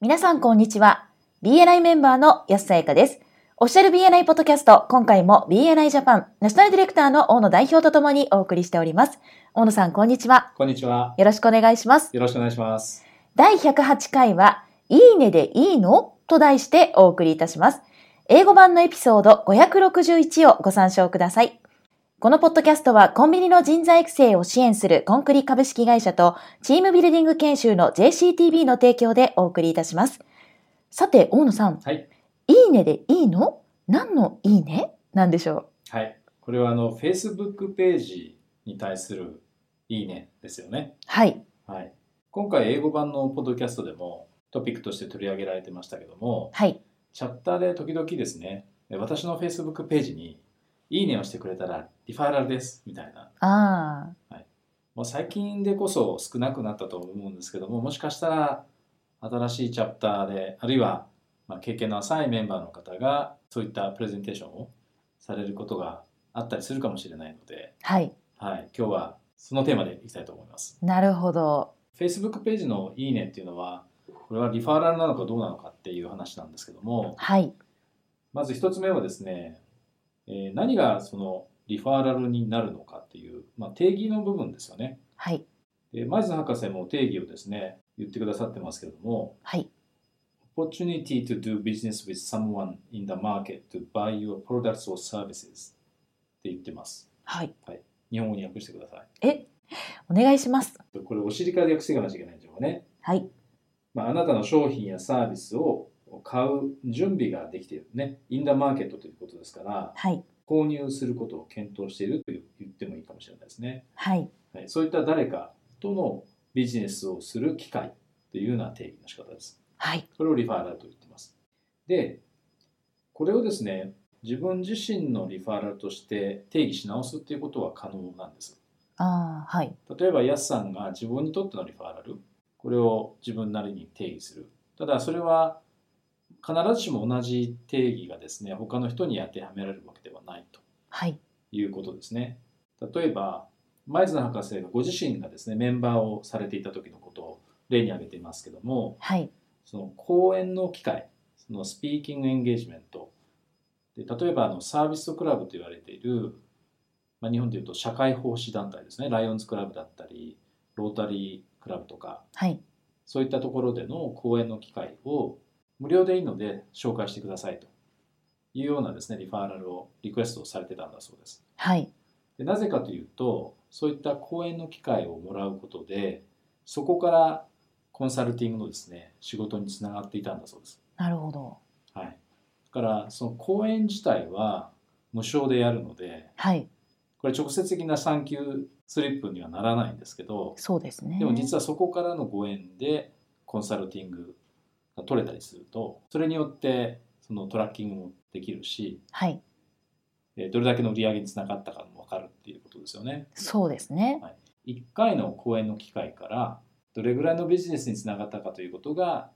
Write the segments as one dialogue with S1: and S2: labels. S1: 皆さんこんにちは。BNI メンバーの安さやかです。オフィシャル BNI ポッドキャスト、今回も BNI ジャパン、ナショナルディレクターの大野代表とともにお送りしております。大野さんこんにちは。
S2: こんにちは。
S1: よろしくお願いします。
S2: よろしくお願いします。
S1: 第108回は、いいねでいいのと題してお送りいたします。英語版のエピソード561をご参照ください。このポッドキャストはコンビニの人材育成を支援するコンクリ株式会社とチームビルディング研修の JCTB の提供でお送りいたします。さて、大野さん。
S2: はい。
S1: いいねでいいの何のいいねなんでしょ
S2: はい。これはあの Facebook ページに対するいいねですよね
S1: う。はい。
S2: はい。今回英語版のポッドキャストでもトピックとして取り上げられてましたけども、
S1: はい。
S2: チャプターで時々ですね、私の Facebook ページにいいねをしてくれたらリファラルですみたいな。
S1: ああ。
S2: もう最近でこそ少なくなったと思うんですけども、もしかしたら新しいチャプターで、あるいはまあ経験の浅いメンバーの方がそういったプレゼンテーションをされることがあったりするかもしれないので、
S1: はい。
S2: はい、今日はそのテーマでいきたいと思います。
S1: なるほど。
S2: Facebook ページのいいねっていうのは、これはリファーラルなのかどうなのかっていう話なんですけども、
S1: はい。
S2: まず一つ目はですね、えー何がそのリファーラルになるのかっていう、まあ、定義の部分ですよね。
S1: はい。
S2: でマイズ博士も定義をですね言ってくださってますけれども
S1: はい。
S2: Opportunity to do business with someone in the market to buy your products or services って言ってます
S1: はい。
S2: 日本語に訳してください
S1: えお願いします。
S2: これお尻から訳していかなきゃいけないんでしょうかね、
S1: はい。
S2: まあ、あなたの商品やサービスを買う準備ができているね in the market ということですから
S1: はい。
S2: 購入することを検討しているという言ってもいいかもしれないですね、
S1: はい。
S2: はい、そういった誰かとのビジネスをする機会っていうような定義の仕方です
S1: はい。
S2: これをリファーラルと言ってます。で、これをですね、自分自身のリファーラルとして定義し直すっていうことは可能なんです。
S1: ああ、はい。
S2: 例えば、ヤスさんが自分にとってのリファーラル、これを自分なりに定義する。ただ、それは必ずしも同じ定義がですね、他の人に当てはめられるわけではないと
S1: はい。
S2: いうことですね。例えば、前津博士がご自身がですね、メンバーをされていた時のことを例に挙げていますけども、
S1: はい。
S2: その講演の機会、そのスピーキングエンゲージメント、で例えばあのサービスクラブと言われている、まあ、日本でいうと社会奉仕団体ですね、ライオンズクラブだったり、ロータリークラブとか、
S1: はい。
S2: そういったところでの講演の機会を無料でいいので紹介してくださいというようなですね、リファーラルをリクエストをされてたんだそうです。
S1: はい。
S2: でなぜかというとそういった講演の機会をもらうことでそこからコンサルティングのですね仕事につながっていたんだそうです。
S1: なるほど。
S2: はい、だからその講演自体は無償でやるので
S1: はい。
S2: これ直接的な産休スリップにはならないんですけど
S1: そうですね。
S2: でも実はそこからのご縁でコンサルティングが取れたりするとそれによってそのトラッキングもできるし
S1: はい。
S2: えーどれだけの売り上げにつながったかも分かるっていうことですよね。
S1: そうですね。
S2: 1回の講演の機会からどれぐらいのビジネスにつながったかということが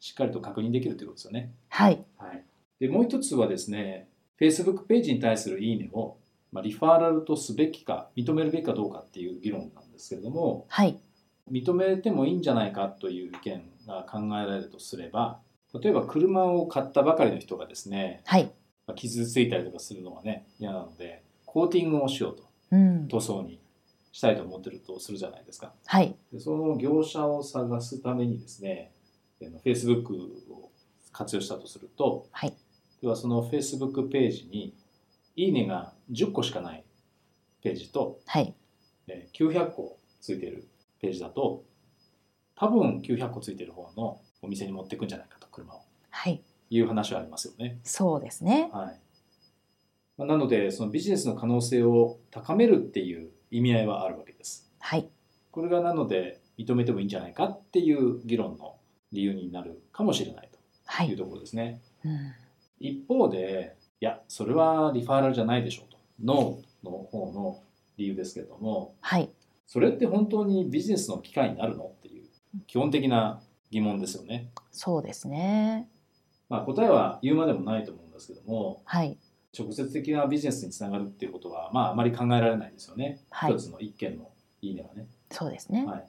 S2: しっかりと確認できるということですよね。
S1: はい。
S2: はい、でもう一つはですね Facebook ページに対する「いいねを」まあ、リファーラルとすべきか認めるべきかどうかっていう議論なんですけれども
S1: はい。
S2: 認めてもいいんじゃないかという意見が考えられるとすれば例えば車を買ったばかりの人がですね
S1: はい。
S2: まあ傷ついたりとかするのがね嫌なのでコーティングをしようと
S1: うん。
S2: 塗装にしたいと思ってるとするじゃないですか。
S1: はい。
S2: でその業者を探すためにですね、えーの Facebook を活用したとすると、
S1: はい
S2: ではその Facebook ページに「いいね」が10個しかないページと、
S1: はい。
S2: えー900個ついてるページだと多分900個ついてる方のお店に持っていくんじゃないかと車を
S1: はい。
S2: いう話はありますよね。
S1: そうですね。
S2: はいまあなのでそのビジネスの可能性を高めるっていう意味合いはあるわけです。
S1: はい。
S2: これがなので認めてもいいんじゃないかっていう議論の理由になるかもしれない
S1: は
S2: という
S1: い。
S2: ところですね。
S1: うん。
S2: 一方で、いや、それはリファーラルじゃないでしょうと、ノーの方の理由ですけれども、
S1: はい。
S2: それって本当にビジネスの機会になるのっていう基本的な疑問ですよね。
S1: そうですね。
S2: まあ、答えは言うまでもないと思うんですけども、
S1: はい。
S2: 直接的なビジネスにつながるっていうことは、まあ、あまり考えられないですよね。
S1: はい
S2: 一つの一件のいいねはね。
S1: そうですね。
S2: はい、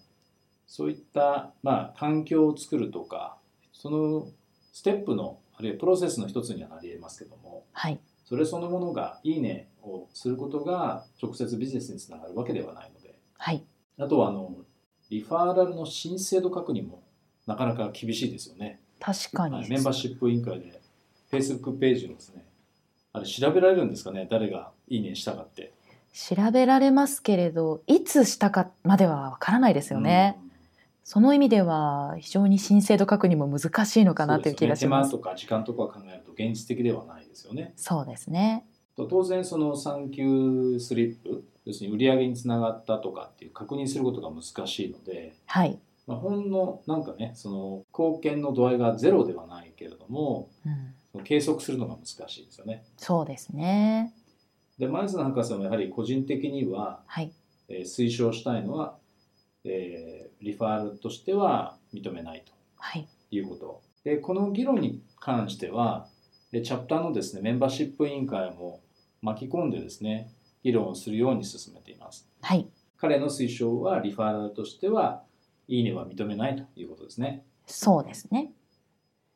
S2: そういった、まあ、環境を作るとかそのステップのあるいはプロセスの一つにはなり得ますけども
S1: はい。
S2: それそのものが「いいね」をすることが直接ビジネスにつながるわけではないので
S1: はい。
S2: あとはあのリファーラルの申請度確認もなかなか厳しいですよね、
S1: 確か
S2: は
S1: に
S2: い。メンバーシップ委員会で Facebook ページをですねあれ調べられるんですかね誰が「いいね」したかって。
S1: 調べられますけれど、いつしたかまではわからないですよね。
S2: うん
S1: その意味では、非常に申請度確認も難しいのかなという気がしま。
S2: そうですよね手間とか時間とかを考えると現実的ではないですよね。
S1: そうですね。
S2: と当然その産休スリップ要するに売り上げにつながったとかっていう確認することが難しいので、
S1: はい。
S2: まあ、ほんのなんかねその貢献の度合いがゼロではないけれども
S1: うん。
S2: その計測するのが難しいですよね。
S1: そうですね。
S2: で前津博士もやはり個人的には、
S1: はい。
S2: えー推奨したいのは、えーリファールとしては認めないと。
S1: はい。
S2: いうことでこの議論に関してはえチャプターのですねメンバーシップ委員会も巻き込んでですね議論をするように進めています
S1: はい。
S2: 彼の推奨はリファーラルとしてはいいねは認めないということですね
S1: そうですね。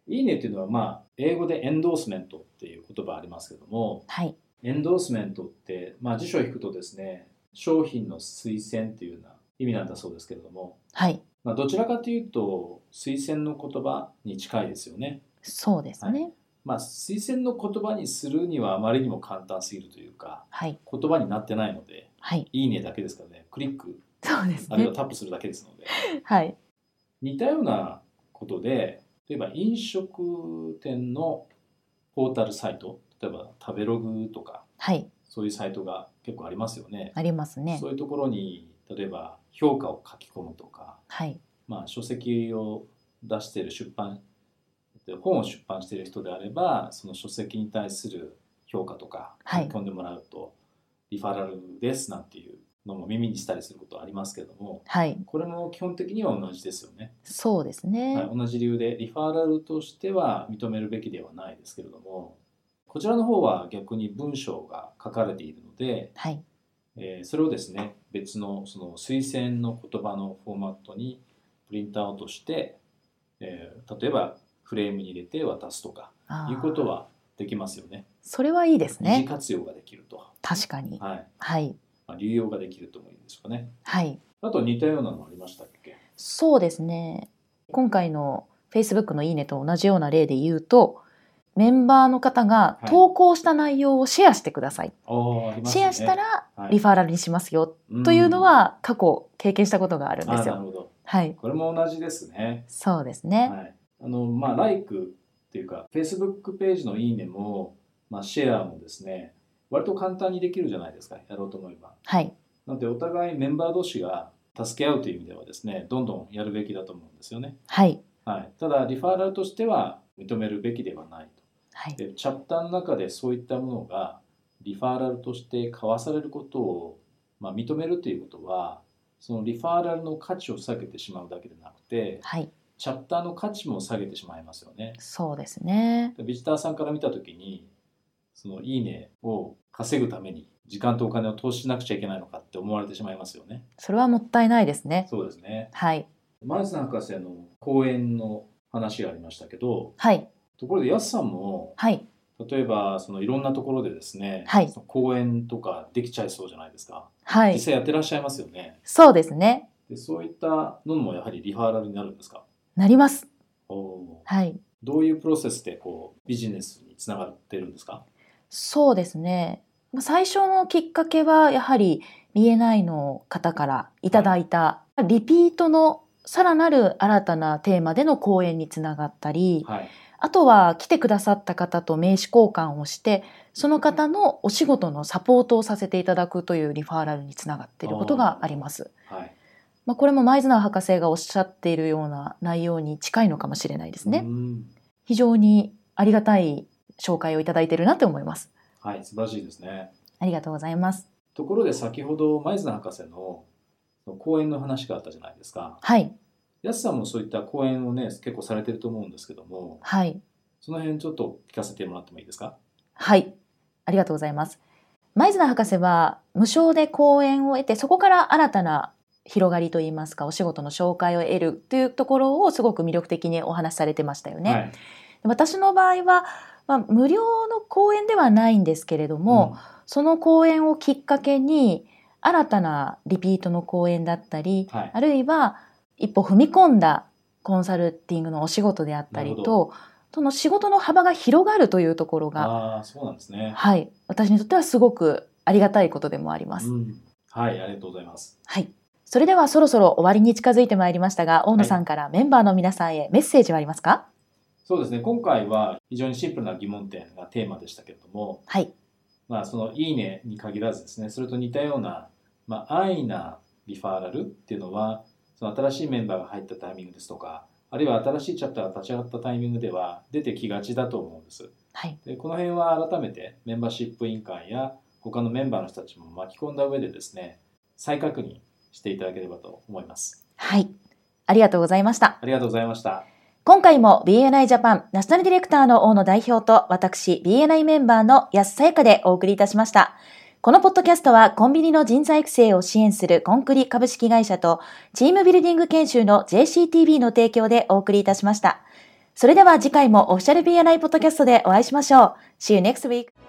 S2: いいねというのはまあ英語でエンドースメントっていう言葉ありますけども
S1: はい。
S2: エンドースメントってまあ辞書を引くとですね商品の推薦というような意味なんだそうですけれども
S1: はい。
S2: まあどちらかというと推薦の言葉に近いですよね
S1: そうですね。
S2: まあ、推薦の言葉にするにはあまりにも簡単すぎるというか
S1: はい。
S2: 言葉になってないので
S1: はい。
S2: 「いいね」だけですからねクリック
S1: そうです
S2: あるい
S1: ね
S2: は。タップするだけですので
S1: はい。
S2: 似たようなことで例えば飲食店のポータルサイト例えば食べログとか
S1: はい。
S2: そういうサイトが結構ありますよね
S1: ありますね
S2: そ。ういうところに例えば評価を書き込むとか、
S1: はい。
S2: まあ、書籍を出している出版本を出版している人であればその書籍に対する評価とか
S1: はい
S2: 読んでもらうと、リファラルですなんていうのも耳にしたりすることはありますけれども
S1: はい。
S2: これも基本的には同じですよね、
S1: そうです
S2: は
S1: ね。
S2: い、同じ理由でリファラルとしては認めるべきではないですけれどもこちらの方は逆に文章が書かれているので、
S1: はい。
S2: えーそれをですね別のその推薦の言葉のフォーマットにプリントアウトして、えー例えばフレームに入れて渡すとか
S1: あー
S2: いうことはできますよね。
S1: それはいいです
S2: 二次
S1: ね。
S2: 活用ができると、
S1: 確かに。
S2: はい
S1: はい。
S2: まあ、流用ができるともいいんですかね。
S1: はい。
S2: あと似たようなのありましたっけ
S1: そうですね。今回の Facebook のいいねと同じような例で言うと、メンバーの方が
S2: はい
S1: 投稿した内容をシェアしてください。
S2: あーあります
S1: シ
S2: ね
S1: ェアしたら
S2: はい
S1: リファーラルにしますよ
S2: うん
S1: というのは過去経験したことがあるん
S2: あ
S1: で
S2: ー
S1: す
S2: なる
S1: よ。
S2: ほど
S1: はい。
S2: これも同じですね。
S1: そうですね。
S2: はい、あのまあ LIKE っていうか Facebook ページの「いいねも」まあ、シェアもですね割と簡単にできるじゃないですかやろうと思えば。
S1: はい。
S2: なのでお互いメンバー同士が助け合うという意味ではですねどんどんやるべきだと思うんですよね。
S1: はい。
S2: はい、ただリファーラルとしては認めるべきではない
S1: はい
S2: と。。でチャプターの中でそういったものがリファーラルとして交わされることを、まあ、認めるということはそのリファーラルの価値を下げてしまうだけでなくて
S1: はい。
S2: チャプターの価値も下げてしまいますよね。
S1: そうですね。
S2: ビジターさんから見た時にその「いいね」を稼ぐために時間とお金を投資しなくちゃいけないのかって思われてしまいますよね。
S1: それはもったいないですね。
S2: そうですね
S1: はい。
S2: 前津博士の講演の話がありましたけど
S1: はい。
S2: ところでやすさんも
S1: はい。
S2: 例えばそのいろんなところでですね、
S1: はい
S2: その講演とかできちゃいそうじゃないですか、
S1: はい
S2: 実。際やってらっしゃいますよね
S1: そうですね。
S2: でそういったのもやはりリファーラルになるんですか
S1: なります。
S2: おー
S1: はい。
S2: どういうプロセスでこうビジネスにつながってるんですか
S1: そうですね。まあ最初のきっかけはやはり BNI の方からいただいたリピートのさらなる新たなテーマでの講演につながったり、
S2: はい
S1: あとは来てくださった方と名刺交換をして、その方のお仕事のサポートをさせていただくというリファーラルにつながっていることがあります。
S2: はい
S1: まあ、これも前綱博士がおっしゃっているような内容に近いのかもしれないですね。
S2: うん
S1: 非常にありがたい紹介をいただいているなと思います。
S2: はい素晴らしいですね
S1: ありがとうございます。
S2: ところで先ほど前津博士のその講演の話があったじゃないですか
S1: はい、
S2: やすさんもそういった講演をね結構されてると思うんですけども
S1: はい、
S2: その辺ちょっと聞かせてもらってもいいですか。
S1: はい。ありがとうございます。前綱博士は無償で講演を得て、そこから新たな広がりといいますかお仕事の紹介を得るというところをすごく魅力的にお話しされてましたよね。
S2: はい
S1: 私の場合は、まあ、無料の講演ではないんですけれども、その講演をきっかけに新たなリピートの講演だったり、
S2: うんはい
S1: あるいは一歩踏み込んだコンサルティングのお仕事であったり
S2: なる
S1: とその仕事の幅が広がるというところが、
S2: ああそうなんですね、
S1: はい、私にとってはすごくありがたいことでもあります。
S2: うん、はいありがとうございます
S1: はい、それではそろそろ終わりに近づいてまいりましたが大野さんからメンバーの皆さんへメッセージはありますか
S2: そうですね今回は非常にシンプルな疑問点がテーマでしたけれども、
S1: はい、
S2: まあ、その「いいね」に限らずですねそれと似たような、まあ、安易なリファーラルっていうのはその新しいメンバーが入ったタイミングですとかあるいは新しいチャプターが立ち上がったタイミングでは出てきがちだと思うんです
S1: はい、
S2: でこの辺は改めてメンバーシップ委員会や他のメンバーの人たちも巻き込んだ上でですね再確認していただければと思います
S1: はい、ありがとうございました。
S2: ありがとうございました
S1: 今回も BNI ジャパンナショナルディレクターの大野代表と私 BNI メンバーの安さやかでお送りいたしました。このポッドキャストはコンビニの人材育成を支援するコンクリ株式会社とチームビルディング研修の JCTB の提供でお送りいたしました。それでは次回もオフィシャル BNI ポッドキャストでお会いしましょう。See you next week!